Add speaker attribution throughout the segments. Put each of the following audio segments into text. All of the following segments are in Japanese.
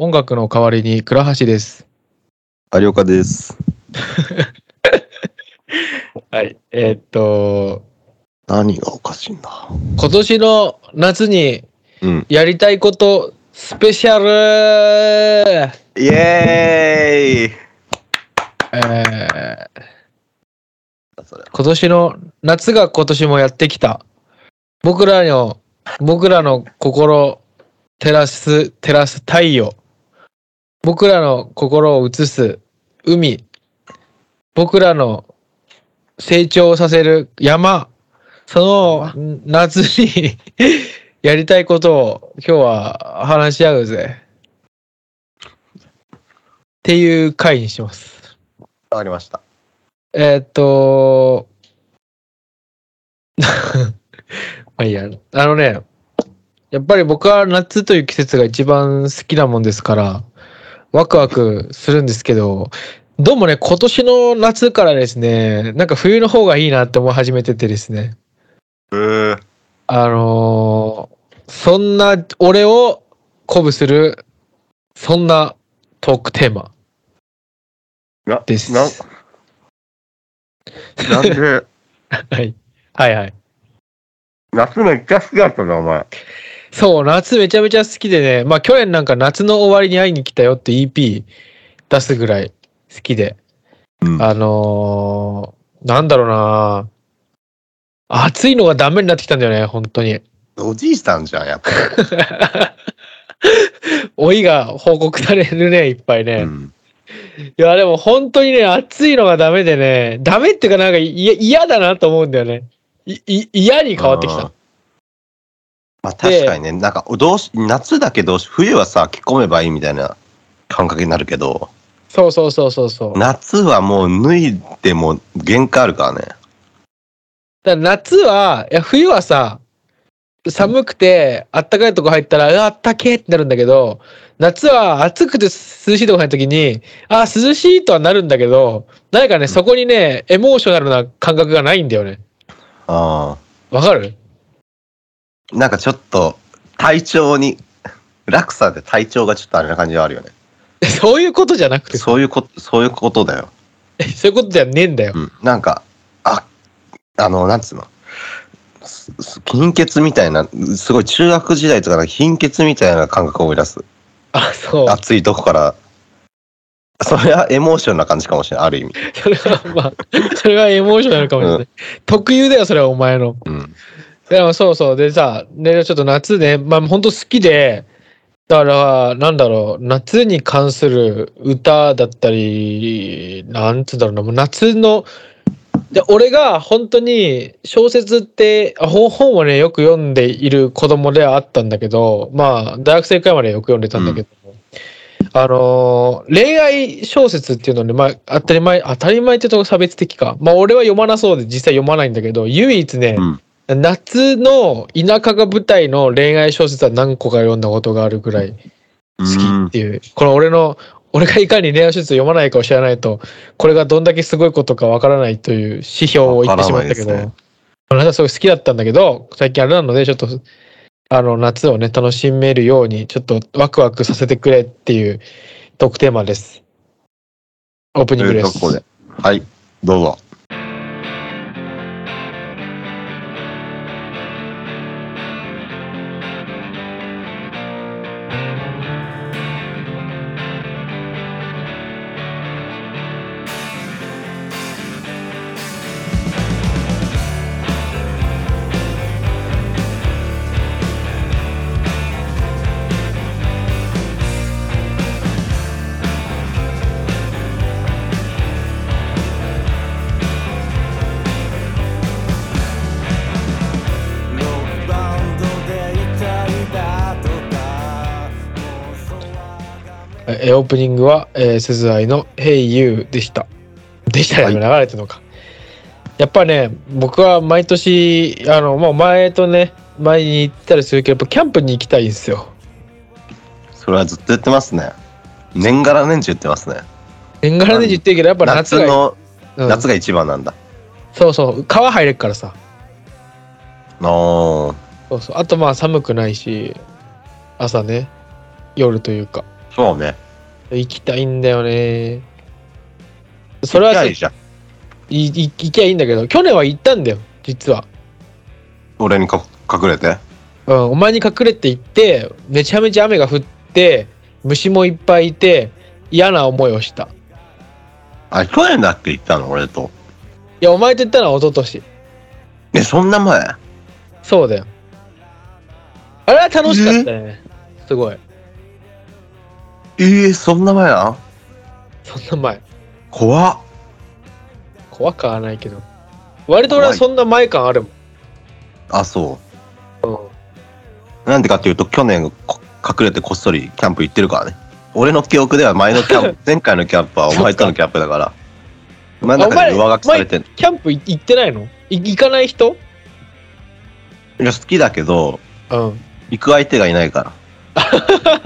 Speaker 1: 音楽の代わりに倉橋です。
Speaker 2: 有岡です。
Speaker 1: はい。えーっと、
Speaker 2: 何がおかしいんだ。
Speaker 1: 今年の夏に
Speaker 2: うん
Speaker 1: やりたいことスペシャル、え
Speaker 2: イエーイ
Speaker 1: ー
Speaker 2: それ
Speaker 1: 今年の夏が今年もやってきた。僕らの、僕らの心、照らす、照らす太陽。僕らの心を映す海。僕らの成長させる山。その夏に やりたいことを今日は話し合うぜ。っていう回にします。
Speaker 2: わかりました。
Speaker 1: えーっと、 まあいいや、あのね、やっぱり僕は夏という季節が一番好きなもんですから、ワクワクするんですけど、どうもね、今年の夏からですね、なんか冬の方がいいなって思い始めててですね、
Speaker 2: うー。
Speaker 1: あのーそんな俺を鼓舞する、そんなトークテーマ
Speaker 2: な、
Speaker 1: です。
Speaker 2: な、なん で、
Speaker 1: はい。はいはい。
Speaker 2: 夏めっちゃ好きだったな、お前。
Speaker 1: そう、夏めちゃめちゃ好きでね、まあ去年なんか夏の終わりに会いに来たよって EP 出すぐらい好きで、
Speaker 2: うん。
Speaker 1: あのー、なんだろうな暑いのがダメになってきたんだよね、本当に。
Speaker 2: おじいさんじゃん、やっぱ。
Speaker 1: 老いが報告されるね、いっぱいね。
Speaker 2: うん。
Speaker 1: いや、でも本当にね、暑いのがダメでね、ダメっていうかなんかい嫌だなと思うんだよね。いい嫌に変わってき
Speaker 2: あー
Speaker 1: た。。
Speaker 2: まあ確かにね、なんか、どうし、夏だけどうし、冬はさ、着込めばいいみたいな感覚になるけど、
Speaker 1: そうそうそうそうそう。
Speaker 2: 夏はもう脱いでも限界あるからね。
Speaker 1: だから夏は、いや冬はさ、寒くて、あったかいとこ入ったら、うわあったけーってなるんだけど、夏は暑くて涼しいとこ入った時に、あー涼しいとはなるんだけど、何かね、そこにね、エモーショナルな感覚がないんだよね。
Speaker 2: あ
Speaker 1: わかる
Speaker 2: あ。なんかちょっと、体調に、落差で体調がちょっとあれな感じはあるよね。
Speaker 1: そういうことじゃなくて、そ
Speaker 2: そういうこと、そういうことだよ。
Speaker 1: ういうことじゃねえんだよ。
Speaker 2: うん、なんか、あ、あの、なんつうの、すす貧血みたいな、すごい中学時代とかの貧血みたいな感覚を思い出す。
Speaker 1: あ、そう。
Speaker 2: 暑いとこから。それはエモーションな感じかもしれない、ある意味。
Speaker 1: それは、まあ、それはエモーショナルかもしれない。特有だよ、それはお前の。
Speaker 2: うん。
Speaker 1: でもそうそう。でさ、ね、ちょっと夏ね、まあ本当好きで、だから、なんだろう、夏に関する歌だったり、なんつうんだろうな、もう夏の、で俺が本当に小説って、あ本本をね、よく読んでいる子供ではあったんだけど、まあ、大学生くらいまでよく読んでたんだけど、あのー恋愛小説っていうのね、まあ、当たり前、当たり前ってとこ差別的か。まあ、俺は読まなそうで実際読まないんだけど、唯一ね、
Speaker 2: うん
Speaker 1: 夏の田舎が舞台の恋愛小説は何個か読んだことがあるぐらい好きっていう、この俺の、俺がいかに恋愛小説を読まないかを知らないと、これがどんだけすごいことかわからないという指標を言ってしまったけ
Speaker 2: わ
Speaker 1: ど、
Speaker 2: からないで
Speaker 1: あなたすごい好きだったんだけど、最近あれなので、ちょっと、あの、夏をね、楽しめるように、ちょっとワクワクさせてくれっていうトークテーマです。オープニン
Speaker 2: と
Speaker 1: グで
Speaker 2: いうと
Speaker 1: す。
Speaker 2: こで。はい、どうぞ。
Speaker 3: ロックバンドでいたいだとかもう空が目
Speaker 1: えーオープニングは、えー、鈴愛の「Hey You」でした。でしたね、流れてるのか。やっぱね、僕は毎年、あの、もう前とね、前に行ったりするけど、やっぱキャンプに行きたいんですよ。
Speaker 2: それはずっと言ってますね。年がら年中言ってますね。
Speaker 1: 年がら年中言ってるけど、やっぱ夏
Speaker 2: 夏
Speaker 1: が、
Speaker 2: の、
Speaker 1: うん
Speaker 2: 夏が一番なんだ。
Speaker 1: そうそう、川入れるからさ。
Speaker 2: おー
Speaker 1: そうそう。あとまあ寒くないし、朝ね、夜というか。
Speaker 2: そうね。
Speaker 1: 行きたいんだよね。そ
Speaker 2: そ
Speaker 1: れ
Speaker 2: れ
Speaker 1: は
Speaker 2: はいいじゃん。
Speaker 1: い行きゃいいんだけど、去年は行ったんだよ、実は。
Speaker 2: 俺にか隠れて。
Speaker 1: うん、お前に隠れて行って、めちゃめちゃ雨が降って、虫もいっぱいいて、嫌な思いをした。
Speaker 2: あ、去年だって言ったの、俺と。
Speaker 1: いや、お前と言ったのは一昨年。
Speaker 2: え、そんな前
Speaker 1: そうだよ。あれは楽しかったね。すごい。
Speaker 2: えー、そんな前なん
Speaker 1: そんな前。
Speaker 2: 怖っ。
Speaker 1: 怖くはないけど。割と俺はそんな前感あるもん。
Speaker 2: あ、そ
Speaker 1: うん
Speaker 2: う。なんでかっていうと、去年こ隠れてこっそりキャンプ行ってるからね。俺の記憶では前のキャ ンプ、前回のキャンプはお前とのキャンプだから。真ん中に上書きされてん
Speaker 1: キャンプい行ってないのい行かない人
Speaker 2: いや、好きだけど、
Speaker 1: うん。
Speaker 2: 行く相手がいないから。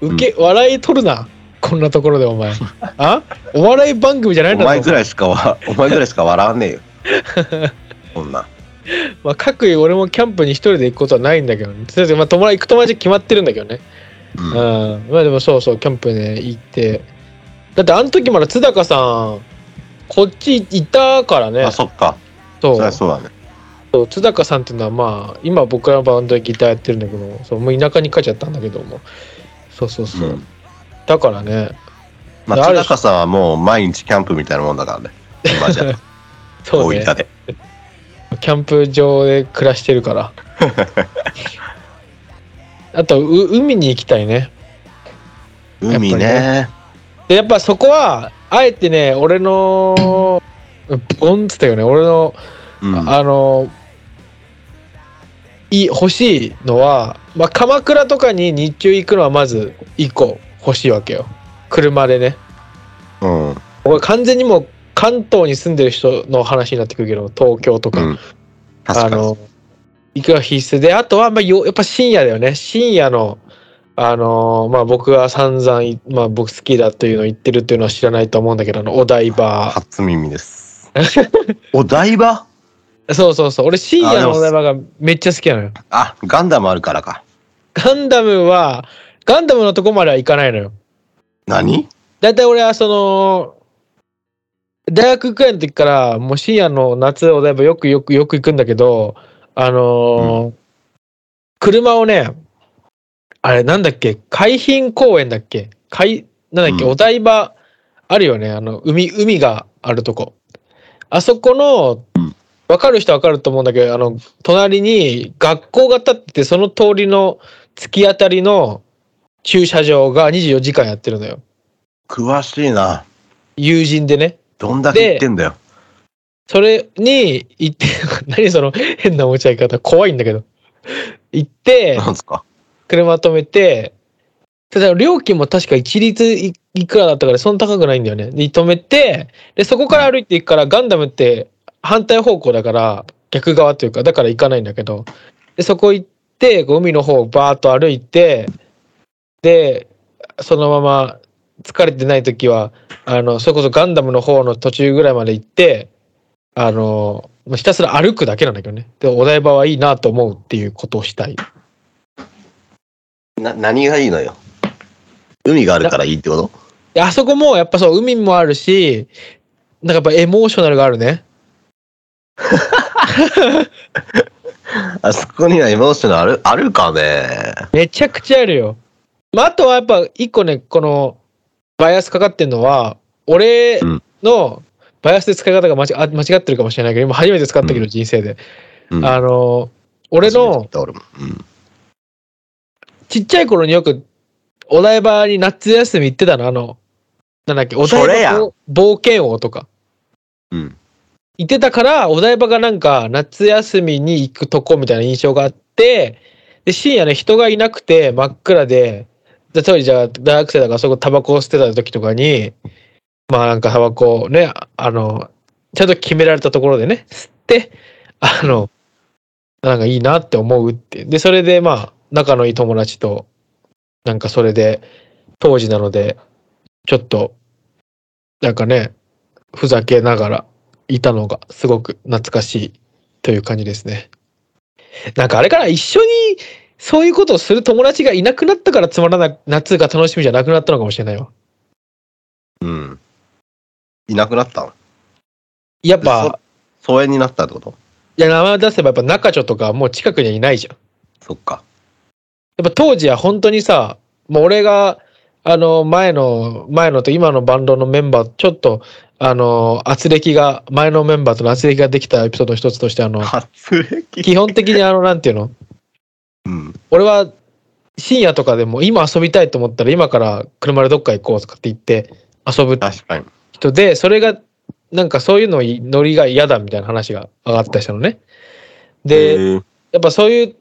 Speaker 1: 受け、笑い取るな。こんなところでお 前。あお笑い番組じゃないん
Speaker 2: お
Speaker 1: だぞ。
Speaker 2: 前ぐらいしかわ、お前ぐらいしか笑わねえ よ。こんな。
Speaker 1: まあ、各位俺もキャンプに一人で行くことはないんだけどね。とりあえずまあ、友達行く友達決まってるんだけどね。
Speaker 2: うん。
Speaker 1: うん。まあでもそうそう、キャンプね、行って。だってあの時まだ津高さん、こっちいたからね。
Speaker 2: あ、そっか。
Speaker 1: そう
Speaker 2: そりゃそうだね。
Speaker 1: そう津高さんっていうのはまあ今僕らのバンドでギターやってるんだけどそうもう田舎に帰っちゃったんだけどもそうそうそう、
Speaker 2: うん
Speaker 1: だからね
Speaker 2: ま
Speaker 1: あ
Speaker 2: あ、
Speaker 1: る
Speaker 2: 田中さんはもう毎日キャンプみたいなもん だからね。今じゃ、
Speaker 1: そう
Speaker 2: 大
Speaker 1: ね
Speaker 2: 分で。
Speaker 1: キャンプ場で暮らしてるから あとう海に行きたいね
Speaker 2: 海ね。
Speaker 1: でやっぱそこはあえてね俺のボンっつったよね俺の、
Speaker 2: うん。
Speaker 1: あのい欲しいのは、まあ、鎌倉とかに日中行くのはまず1個欲しいわけよ車でね
Speaker 2: うん。
Speaker 1: これ完全にもう関東に住んでる人の話になってくるけど東京とか,、
Speaker 2: うん。
Speaker 1: あ
Speaker 2: 確かに。
Speaker 1: の行くは必須であとはまあよやっぱ深夜だよね深夜のあのーまあ僕が散々い、まあ、僕好きだというのを言ってるっていうのは知らないと思うんだけどあのお台場
Speaker 2: 初 耳です。お台場
Speaker 1: そうそうそう俺深夜
Speaker 2: あで
Speaker 1: の
Speaker 2: も
Speaker 1: お台場がめっちゃ好きなのよ
Speaker 2: あ、ガンダムあるからか。
Speaker 1: ガンダムはガンダムのとこまでは行かないのよ
Speaker 2: 何
Speaker 1: だいたい俺はその大学くらいの時からもう深夜の夏お台場よくよくよく行くんだけどあのー車をねあれなんだっけ海浜公園だっけ海なんだっけ、
Speaker 2: うん
Speaker 1: お台場あるよねあの海海があるとこあそこの、わかる人わかると思うんだけどあの隣に学校が建っててその通りの突き当たりの駐車場が24時間やってるのよ
Speaker 2: 詳しいな。
Speaker 1: 友人でね。
Speaker 2: どんだけ言ってんだよ。
Speaker 1: それに行って、 何その変な持ち上げ方、怖いんだけど。行っ て、
Speaker 2: なんすか。
Speaker 1: 車止めて、ただ料金も確か一律いいくらだったから、そんな高くないんだよね。で、止めて、で、そこから歩いていくから、ガンダムって反対方向だから、逆側というか、だから行かないんだけど、で、そこ行って、こう海の方をバーッと歩いて、で、そのまま疲れてない時は、あの、それこそガンダムの方の途中ぐらいまで行って、あの、まあひたすら歩くだけなんだけどね。で、お台場はいいなと思うっていうことをしたい。
Speaker 2: な、何がいいのよ。海があるからいいってこと
Speaker 1: であそこもやっぱそう海もあるしなんかやっぱエモーショナルがあるね
Speaker 2: あそこにはエモーショナルある、あるかね。
Speaker 1: めちゃくちゃあるよ、まあ、あとはやっぱ一個ねこのバイアスかかってんのは俺のバイアスで使い方が間違あ間違ってるかもしれないけど今初めて使ったけど
Speaker 2: う
Speaker 1: 人生で、
Speaker 2: うん
Speaker 1: あの俺
Speaker 2: 初めて
Speaker 1: の
Speaker 2: 見た俺もうん。
Speaker 1: ちっちゃい頃によくお台場に夏休み行ってたのあのなんだっけお
Speaker 2: それ
Speaker 1: 台
Speaker 2: や
Speaker 1: 場の冒険王とか
Speaker 2: うん。
Speaker 1: 行ってたから、お台場がなんか夏休みに行くとこみたいな印象があって、で、深夜ね、人がいなくて真っ暗で、で、当時じゃあ大学生だからそこタバコを捨てた時とかに、まあなんかタバコをね、あの、ちゃんと決められたところでね、吸って、あの、なんかいいなって思うって。で、それでまあ、仲のいい友達と、なんかそれで、当時なので、ちょっと、なんかね、ふざけながらいたのがすごく懐かしいという感じですね。なんかあれから一緒にそういうことをする友達がいなくなったからつまらない夏が楽しみじゃなくなったのかもしれないわ。
Speaker 2: うん。いなくなったの
Speaker 1: やっぱ、
Speaker 2: 疎遠になったってこと
Speaker 1: いや、名前を出せばやっぱ中女とかもう近くにはいないじゃん。
Speaker 2: そっか。
Speaker 1: やっぱ当時は本当にさ、もう俺が、あの、前の、前のと今のバンドのメンバー、ちょっと、あの、圧力が、前のメンバーとの圧力ができたエピソードの一つとして、あ の、
Speaker 2: 初歴
Speaker 1: 基本的にあの、なんていうの、
Speaker 2: うん。
Speaker 1: 俺は深夜とかでも今遊びたいと思ったら今から車でどっか行こうとかって言って遊ぶ
Speaker 2: 確かに。
Speaker 1: 人で、それが、なんかそういうのい、ノリが嫌だみたいな話が上がった人のね。で、
Speaker 2: へー
Speaker 1: やっぱそういう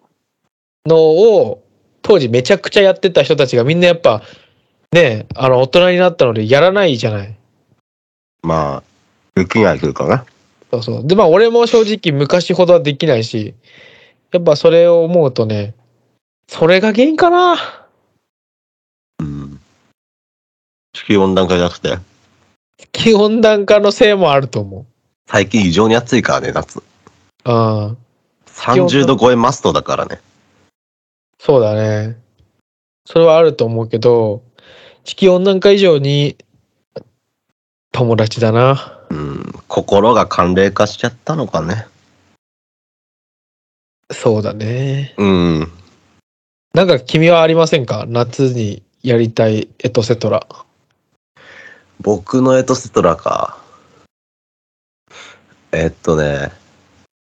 Speaker 1: のを当時めちゃくちゃやってた人たちがみんなやっぱねあの大人になったのでやらないじゃない。
Speaker 2: まあ、浮きが来るかな。
Speaker 1: そうそう。でまあ俺も正直昔ほどはできないしやっぱそれを思うとねそれが原因かな。
Speaker 2: うん。地球温暖化じゃなくて、
Speaker 1: 地球温暖化のせいもあると思う。
Speaker 2: 最近異常に暑いからね、夏。
Speaker 1: うん。
Speaker 2: 30度超えマストだからね。
Speaker 1: そうだね。それはあると思うけど地球温暖化以上に友達だな。
Speaker 2: うん。心が寒冷化しちゃったのかね。
Speaker 1: そうだね。
Speaker 2: うん。
Speaker 1: なんか君はありませんか夏にやりたいエトセトラ。
Speaker 2: 僕のエトセトラか。えっとね、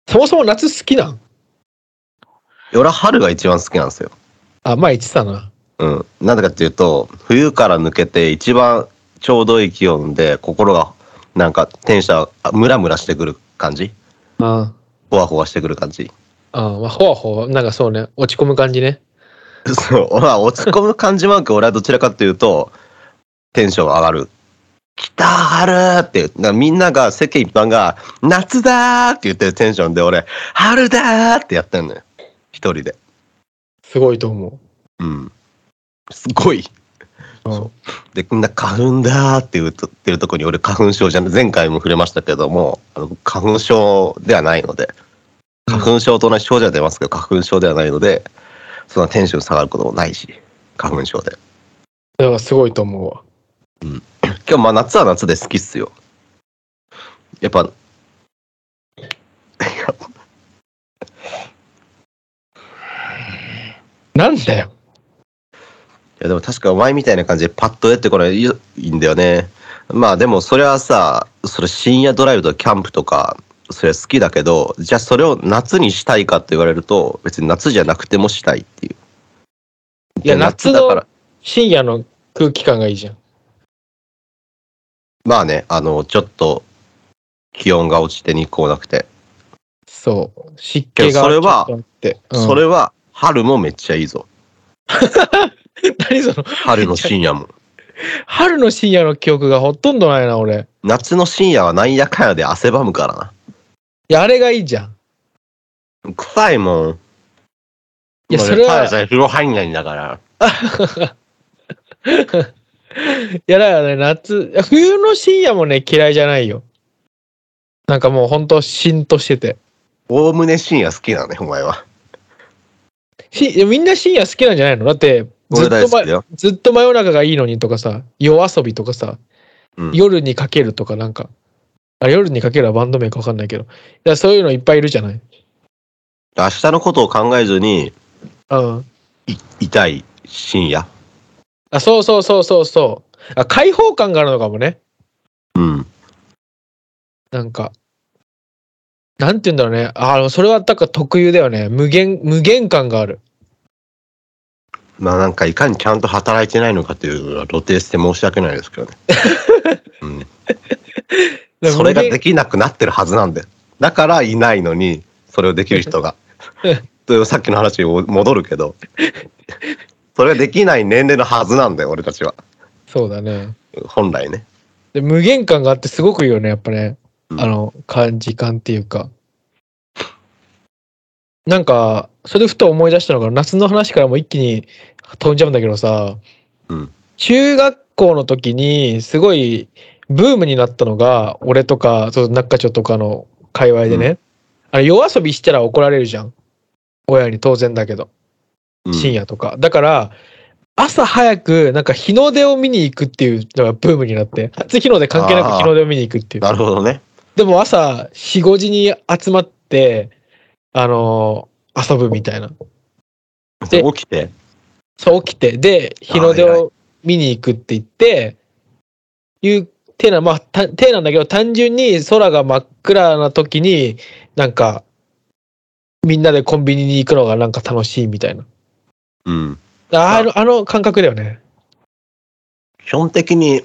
Speaker 1: そもそも夏好きなん
Speaker 2: 俺は春が一番好きなんですよ。
Speaker 1: あ、前言ってたな。
Speaker 2: うん。なんでかっていうと、冬から抜けて一番ちょうどいい気温で、心がなんかテンション、あムラムラしてくる感じ
Speaker 1: あ
Speaker 2: ほわほわしてくる感じ。
Speaker 1: あ、あまあ、ほわほわ、なんかそうね、落ち込む感じね。
Speaker 2: そう、まあ、落ち込む感じもなく、俺はどちらかというと、テンション上がる。来た春って、なみんなが、世間一般が、夏だーって言ってるテンションで、俺、春だーってやってんのよ。一人で。
Speaker 1: すごいと思
Speaker 2: うん。すごい。
Speaker 1: う。うん
Speaker 2: そで、みんな花粉だーって言うと言ってるとこに、俺花粉症じゃない、前回も触れましたけども、あの花粉症ではないので、花粉症と同じ症状は出ますけど、花粉症ではないので、そんなテンション下がることもないし、花粉症で。
Speaker 1: だからすごいと思うわ。
Speaker 2: 今日まあ夏は夏で好きっすよ。やっぱ、
Speaker 1: なんだよ。
Speaker 2: いやでも確かお前みたいな感じでパッと出てこないいいんだよね。まあでもそれはさ、それ深夜ドライブとかキャンプとか、それは好きだけど、じゃあそれを夏にしたいかって言われると、別に夏じゃなくてもしたいっていう。
Speaker 1: いや、夏
Speaker 2: だから
Speaker 1: の。深夜の空気感がいいじゃん。
Speaker 2: まあね、あの、ちょっと気温が落ちて日光なくて。
Speaker 1: そう。湿気
Speaker 2: けど
Speaker 1: が。
Speaker 2: それは
Speaker 1: ちょっとあって、うん
Speaker 2: それは春もめっちゃいいぞ。
Speaker 1: 何その、
Speaker 2: 春の深 夜も。
Speaker 1: 春の深夜の記憶がほとんどないな、俺。
Speaker 2: 夏の深夜はなんやかんやで汗ばむからな。
Speaker 1: いや、あれがいいじゃん。
Speaker 2: 臭いもん。
Speaker 1: いや、
Speaker 2: まあ
Speaker 1: それ
Speaker 2: た
Speaker 1: は
Speaker 2: だ、さえ風呂入んないんだから。
Speaker 1: いやだからね、夏、いや冬の深夜もね、嫌いじゃないよ。なんかもうほんと、しんとしてて。
Speaker 2: おおむね深夜好きだね、お前は。
Speaker 1: しいやみんな深夜好きなんじゃないのだって、ず
Speaker 2: 俺
Speaker 1: っ
Speaker 2: 大
Speaker 1: と
Speaker 2: 好きだ
Speaker 1: ま
Speaker 2: よ。
Speaker 1: ずっと真夜中がいいのにとかさ、夜遊びとかさ、
Speaker 2: うん
Speaker 1: 夜にかけるとかなんか、あ夜にかけるはバンド名かわかんないけど、いやそういうのいっぱいいるじゃない。
Speaker 2: 明日のことを考えずに、
Speaker 1: うん。
Speaker 2: い痛い深夜。
Speaker 1: あ、そうそうそうそうそう。あ、開放感があるのかもね。
Speaker 2: うん。
Speaker 1: なんか。なんて言うんだろうね。あの、それはだから特有だよね。無限、無限感がある。
Speaker 2: まあなんかいかにちゃんと働いてないのかというのは露呈して申し訳ないですけ どね。うん、それが
Speaker 1: 無限
Speaker 2: できなくなってるはずなんだよ。だからいないのに、それをできる人が。とさっきの話に戻るけど、それができない年齢のはずなんだよ、俺たちは。
Speaker 1: そうだね。
Speaker 2: 本来ね。
Speaker 1: で無限感があってすごくいいよねやっぱね、
Speaker 2: うん
Speaker 1: あの感じ感っていうかなんかそれでふと思い出したのが夏の話からもう一気に飛んじゃうんだけどさ、
Speaker 2: うん
Speaker 1: 中学校の時にすごいブームになったのが俺とかそう中ちょとかの界隈でね、あの夜遊びしたら怒られるじゃん親に当然だけど
Speaker 2: うん
Speaker 1: 深夜とか。だから、朝早く、なんか日の出を見に行くっていうのがブームになって、初日の出関係なく
Speaker 2: あー
Speaker 1: 日の出を見に行くっていう。
Speaker 2: なるほどね。
Speaker 1: でも朝、4、5時に集まって、あのー遊ぶみたいな。で
Speaker 2: 起きて。
Speaker 1: そう起きて、で、日の出を見に行くって言って、いう手な、まあ、た手なんだけど、単純に空が真っ暗な時に、なんか、みんなでコンビニに行くのがなんか楽しいみたいな。
Speaker 2: うん。
Speaker 1: ああの、あの感覚だよね。
Speaker 2: 基本的に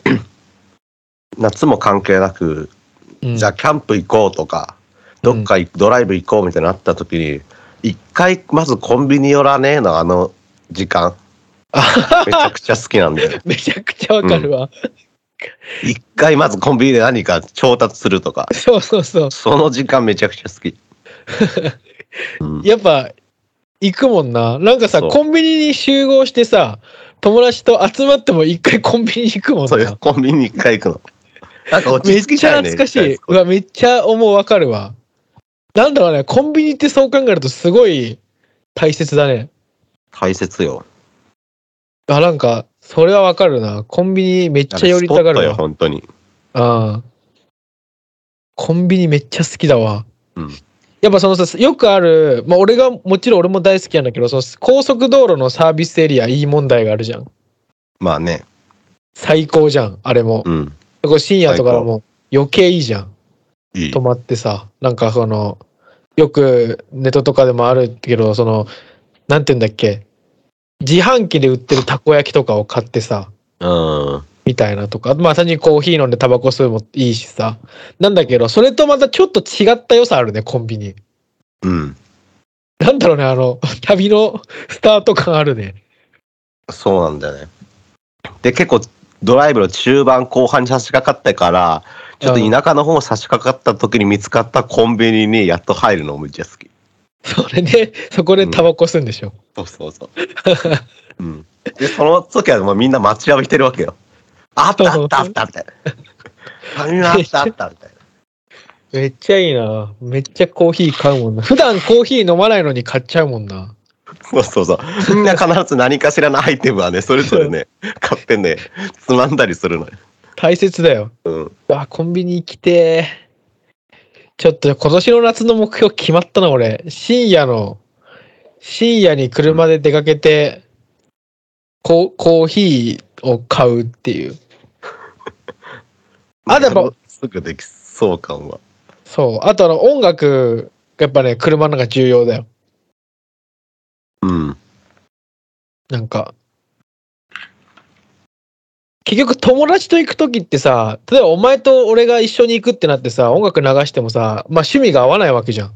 Speaker 2: 夏も関係なく、
Speaker 1: うん
Speaker 2: じゃあキャンプ行こうとか、
Speaker 1: うん
Speaker 2: どっか行ドライブ行こうみたいになった時に、一回まずコンビニ寄らねえのあの時 間。めちゃくちゃ好きなんだよ。
Speaker 1: めちゃくちゃわかるわ。
Speaker 2: 一回まずコンビニで何か調達するとか、
Speaker 1: そうそうそう。
Speaker 2: その時間めちゃくちゃ好き。うん
Speaker 1: やっぱ、行くもんな。なんかさ、
Speaker 2: そう
Speaker 1: コンビニに集合してさ、友達と集まっても一回コンビニに行くもん
Speaker 2: そういう
Speaker 1: な。
Speaker 2: コンビニ一回行くの。なんか落
Speaker 1: め
Speaker 2: ち
Speaker 1: っ
Speaker 2: 着き
Speaker 1: ち
Speaker 2: ち
Speaker 1: ゃ
Speaker 2: ゃうよね。
Speaker 1: 懐かしい。うわ、めっちゃ思うわかるわ。なんだろうね、コンビニってそう考えるとすごい大切だね。
Speaker 2: 大切よ。
Speaker 1: あ、なんか、それはわかるな。コンビニめっちゃ寄りたが
Speaker 2: スポット
Speaker 1: る
Speaker 2: よ、
Speaker 1: わ。
Speaker 2: 本当に。
Speaker 1: ああ。コンビニめっちゃ好きだわ。
Speaker 2: うん
Speaker 1: やっぱそのさ、よくある、まあ俺が、もちろん俺も大好きなんだけど、その高速道路のサービスエリアいい問題があるじゃん。
Speaker 2: まあね。
Speaker 1: 最高じゃん、あれも。
Speaker 2: うん。
Speaker 1: これ深夜とかも余計いいじゃん。
Speaker 2: いい
Speaker 1: 止。まってさ、なんかその、よくネットとかでもあるけど、その、なんて言うんだっけ、自販機で売ってるたこ焼きとかを買ってさ、
Speaker 2: うん。
Speaker 1: みたいなとか、あとまあ単純にコーヒー飲んでタバコ吸うもいいしさ、なんだけど、それとまたちょっと違った良さあるね、コンビニ。
Speaker 2: うん。
Speaker 1: なんだろうね、あの、 旅のスタート感あるね。
Speaker 2: そうなんだよね。で、結構、ドライブの中盤後半に差し掛かってから、ちょっと田舎の方差し掛かった時に見つかったコンビニにやっと入るのもめっちゃ好き。
Speaker 1: それで、そこでタバコ吸うんでしょ。
Speaker 2: そうそうそう。うん。で、その時はもうみんな待ちわびてるわけよ。あったあったあったみたいな。紙があったあったみたいな。
Speaker 1: めっちゃいいな。めっちゃコーヒー買うもんな。普段コーヒー飲まないのに買っちゃうもんな。
Speaker 2: そうそうそう。みんな必ず何かしらのアイテムはね、それぞれね、買ってね、つまんだりするのよ。
Speaker 1: 大切だよ。
Speaker 2: うん。
Speaker 1: あ、コンビニ行きてーちょっと今年の夏の目標決まったな、俺。深夜の、深夜に車で出かけて、ココーヒーを買うって いう。あでも、
Speaker 2: すぐできそう感は。
Speaker 1: そう。あとあの、音楽、やっぱね、車の中重要だよ。
Speaker 2: うん。
Speaker 1: なんか。結局友達と行く時ってさ、例えばお前と俺が一緒に行くってなってさ、音楽流してもさ、まあ趣味が合わないわけじゃん。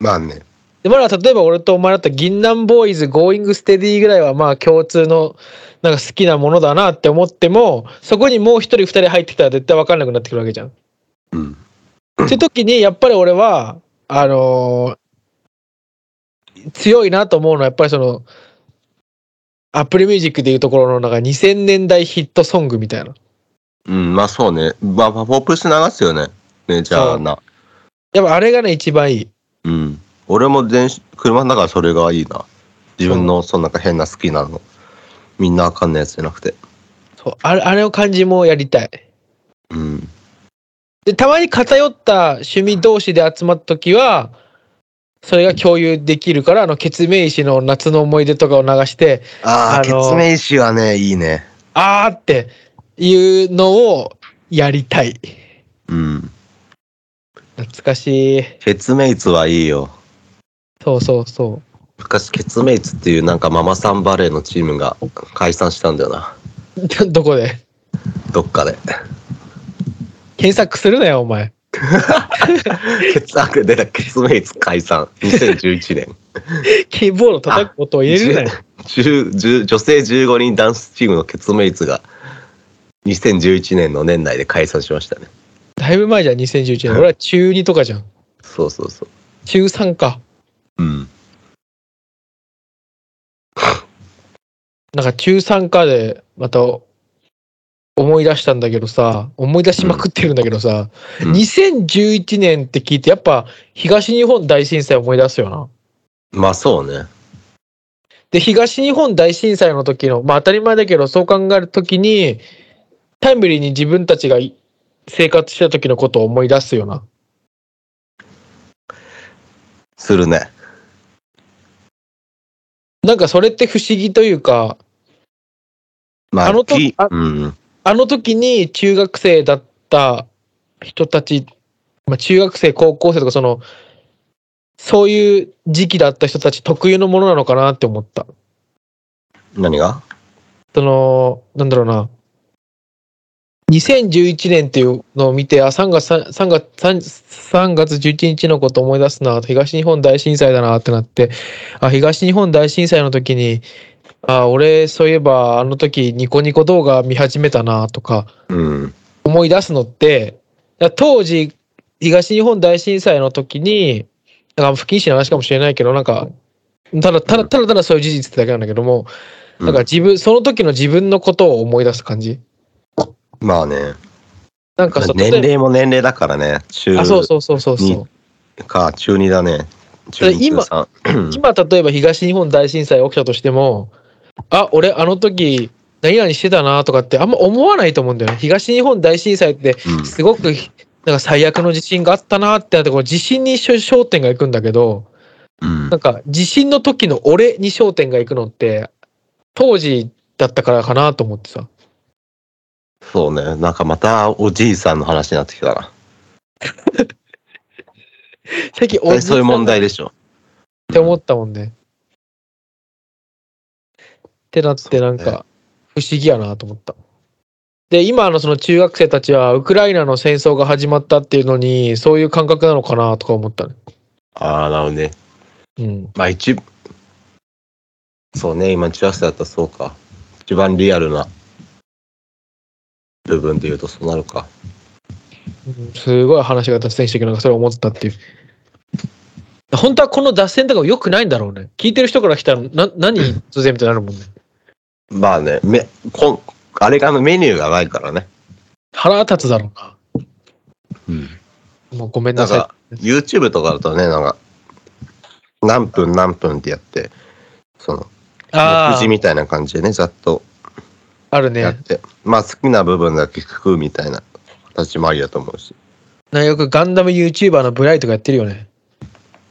Speaker 2: まあね。
Speaker 1: でまだ例えば俺とお前だったら銀杏ボーイズ、ゴーイングステディぐらいはまあ共通のなんか好きなものだなって思っても、そこにもう一人二人入ってきたら絶対分かんなくなってくるわけじゃん。
Speaker 2: うん。
Speaker 1: って時にやっぱり俺は、あのー強いなと思うのはやっぱりその、アップルミュージックでいうところのなんか2000年代ヒットソングみたいな。
Speaker 2: うん、まあそうね。まあ、ポップス流すよね。ね、じゃあな。
Speaker 1: やっぱあれがね一番いい。
Speaker 2: うん。俺も電子車の中はそれがいいな。自分の、そのなんか変な好きなの。みんなあかんなやつじゃなくて。
Speaker 1: そうあれあれの感じもやりたい。
Speaker 2: うん。
Speaker 1: で、たまに偏った趣味同士で集まった時は、それが共有できるから、あの、ケツメイシの夏の思い出とかを流して、あ
Speaker 2: ああ、
Speaker 1: のー
Speaker 2: 決明石はね、いいね。
Speaker 1: あーっていうのをやりたい。
Speaker 2: うん。
Speaker 1: 懐かしい。
Speaker 2: 決明ツはいいよ。
Speaker 1: そうそうそう。
Speaker 2: 昔、ケツメイツっていうなんかママさんバレーのチームが解散したんだよな。
Speaker 1: ど どこで
Speaker 2: どっ かで。
Speaker 1: 検索するなよ、お前。
Speaker 2: ケツ、あ、出た、ケツメイツ解 散。2011年。
Speaker 1: キーボード叩くことを入れるなよ。
Speaker 2: 10 10女性15人ダンスチームのケツメイツが2011年の年内で解散しましたね
Speaker 1: だいぶ前じゃん、2011年。俺は中2とかじゃん。
Speaker 2: そうそうそう
Speaker 1: 中3か。
Speaker 2: うん
Speaker 1: なんか中3かで、また、思い出したんだけどさ、思い出しまくってるんだけどさ、
Speaker 2: うん
Speaker 1: 2011年って聞いて、やっぱ東日本大震災思い出すよな。
Speaker 2: まあそうね
Speaker 1: で、東日本大震災の時の、まあ当たり前だけど、そう考える時に、タイムリーに自分たちがい生活してた時のことを思い出すよな。
Speaker 2: するね。
Speaker 1: なんかそれって不思議というか、
Speaker 2: まあ、
Speaker 1: あのと
Speaker 2: き
Speaker 1: あ
Speaker 2: うん。
Speaker 1: あの時に中学生だった人たち、まあ、中学生、高校生とか、その、そういう時期だった人たち特有のものなのかなって思った。
Speaker 2: 何が
Speaker 1: その、なんだろうな。2011年っていうのを見て、あ、3月、3月、3月11日のこと思い出すな、東日本大震災だなってなって、あ、東日本大震災の時に、あ、俺、そういえば、あの時、ニコニコ動画見始めたな、とか、
Speaker 2: うん。
Speaker 1: 思い出すのって、だから当時、東日本大震災の時に、なんか不謹慎な話かもしれないけど、なんか、ただ、ただ、ただただそういう事実ってだけなんだけども、
Speaker 2: うん
Speaker 1: なんか自分、その時の自分のことを思い出す感じ。
Speaker 2: まあね。
Speaker 1: なんかそう、
Speaker 2: 年
Speaker 1: 例え
Speaker 2: 齢も年齢だからね。中
Speaker 1: ばあ、そうそうそうそうそう。
Speaker 2: か、中2だね。中2、中
Speaker 1: 今
Speaker 2: 3。
Speaker 1: 今例えば東日本大震災起きたとしてもあ俺あの時何々してたなとかってあんま思わないと思うんだよね東日本大震災って
Speaker 2: うん
Speaker 1: すごくなんか最悪の地震があったなってなってこう地震に焦点がいくんだけど
Speaker 2: うん
Speaker 1: なんか地震の時の俺に焦点がいくのって当時だったからかなと思ってさ
Speaker 2: そうね。なんかまたおじいさんの話になってきたな。
Speaker 1: 最近
Speaker 2: 絶
Speaker 1: 俺
Speaker 2: 対そういう問題でし
Speaker 1: っ
Speaker 2: ょ。
Speaker 1: て思ったもんねってなってなん
Speaker 2: そうね
Speaker 1: か不思議やなと思った。で今のその中学生たちはウクライナの戦争が始まったっていうのにそういう感覚なのかなとか思ったね。
Speaker 2: ああ、なるほどね。
Speaker 1: うん、
Speaker 2: まあ一、そうね、今中学生だったらそうか。一番リアルな部分で言うとそうなるか。
Speaker 1: すごい話が脱線してきなんかそれを思ったっていう。本当はこの脱線とか良くないんだろうね。聞いてる人から来たらな何突然みたいになるもんね。
Speaker 2: まあね、めこんあれがのメニューがないからね。
Speaker 1: 腹立つだろうな。
Speaker 2: うん
Speaker 1: もうごめん
Speaker 2: な
Speaker 1: なんさ
Speaker 2: か YouTube とかだとね、なんか何分何分ってやって、その、
Speaker 1: い。あ
Speaker 2: 目次
Speaker 1: あ、
Speaker 2: みたいな感じでね、ざっと
Speaker 1: ある
Speaker 2: や
Speaker 1: ね
Speaker 2: っ。て、まあ好きな部分だけ聞くみたいな形もありだと思うし。
Speaker 1: なよくガンダム YouTuber のブライトがやってるよね。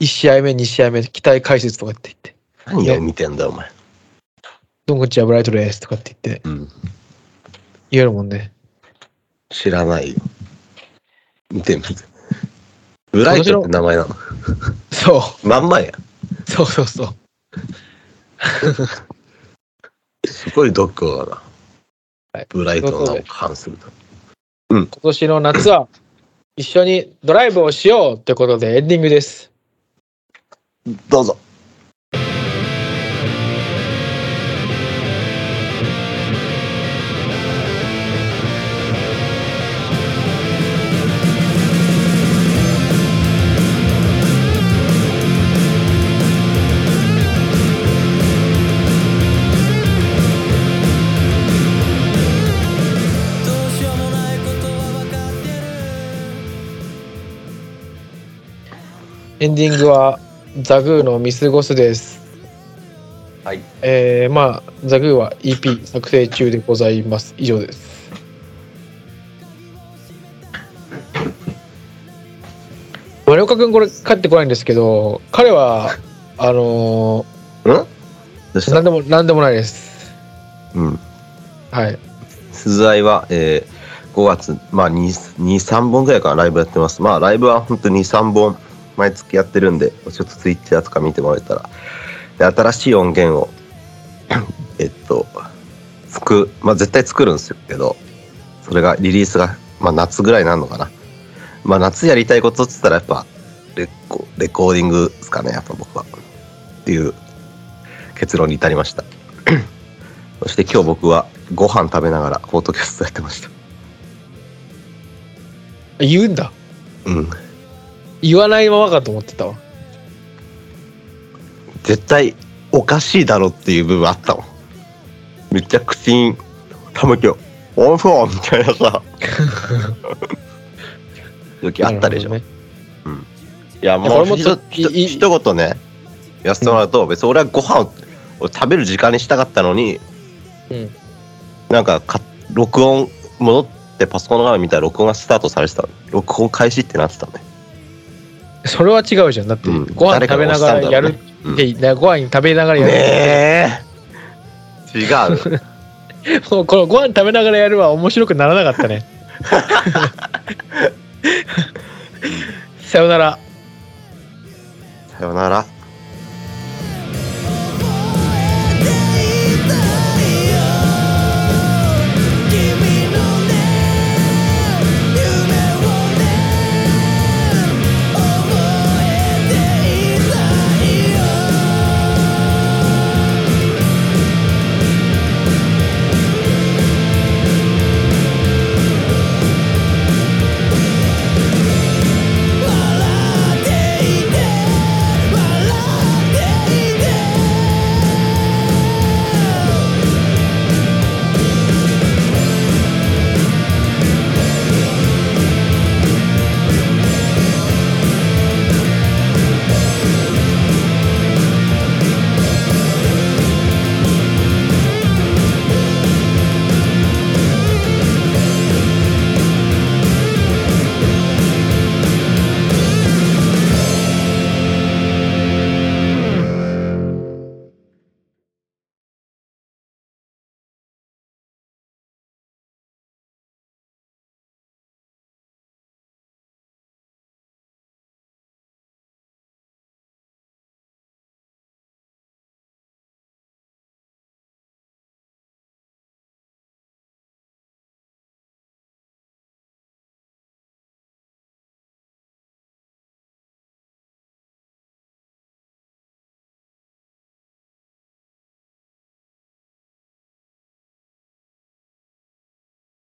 Speaker 1: 1試合目、2試合目、期待解説とかって言って、
Speaker 2: 何を見てんだよお前。
Speaker 1: どんこっちはブライトですとかって言って
Speaker 2: うん。
Speaker 1: 言えるもんね。
Speaker 2: 知らないよ。見てみて。ブライトって名前なの。
Speaker 1: そう、
Speaker 2: まんまや。
Speaker 1: そうそうそう。
Speaker 2: すごい度胸だ
Speaker 1: は。
Speaker 2: ないブライトの名を冠すると。
Speaker 1: 今年の夏は一緒にドライブをしようってことでエンディングです。
Speaker 2: どうぞ。
Speaker 3: どうしようもないことは分かってる
Speaker 1: エンディングはザグーのミスゴスです。
Speaker 2: はい。
Speaker 1: えー、まあ、ザグーは EP 作成中でございます。以上です。丸岡君これ帰ってこないんですけど彼はあの
Speaker 2: んどうし
Speaker 1: ー、何
Speaker 2: た
Speaker 1: でも何でもないです
Speaker 2: うん。
Speaker 1: はい
Speaker 2: 鈴愛は、えー、5月、まあ2、2、3本ぐらいからライブやってます。まあ、ライブは本当に2、3本毎月やってるんで、ちょっとツイッターとか見てもらえたら。で、新しい音源を、えっと、作、まあ絶対作るんですけど、それがリリースが、まあ夏ぐらいになるのかな。まあ夏やりたいことっつったらやっぱレコ、レコーディングですかね、やっぱ僕は。っていう結論に至りました。そして今日僕はご飯食べながらフォートキャストやってました。
Speaker 1: 言うんだ
Speaker 2: うん。
Speaker 1: 言わないままかと思ってたわ
Speaker 2: 絶対おかしいだろっていう部分あったもん。めっちゃ口にたむきを、オンフォンみたいな さ。時あったでしょ。
Speaker 1: なるほ
Speaker 2: いや
Speaker 1: いや
Speaker 2: もう
Speaker 1: 俺も
Speaker 2: ひと
Speaker 1: ちょいい
Speaker 2: ひと一言ね、やせてもらうと、別に俺はご飯を俺食べる時間にしたかったのに、
Speaker 1: うん
Speaker 2: なんかか録音戻ってパソコンの画面見たら録音がスタートされてた録音開始ってなってたね
Speaker 1: それは違うじゃん。だって、
Speaker 2: うん
Speaker 1: ご飯食べながらやる
Speaker 2: 誰かが押したんだろうねうん
Speaker 1: って、ご飯食べながらやる。
Speaker 2: ねえ違 う
Speaker 1: もうこのご飯食べながらやるは面白くならなかったね。さよなら。
Speaker 2: さよなら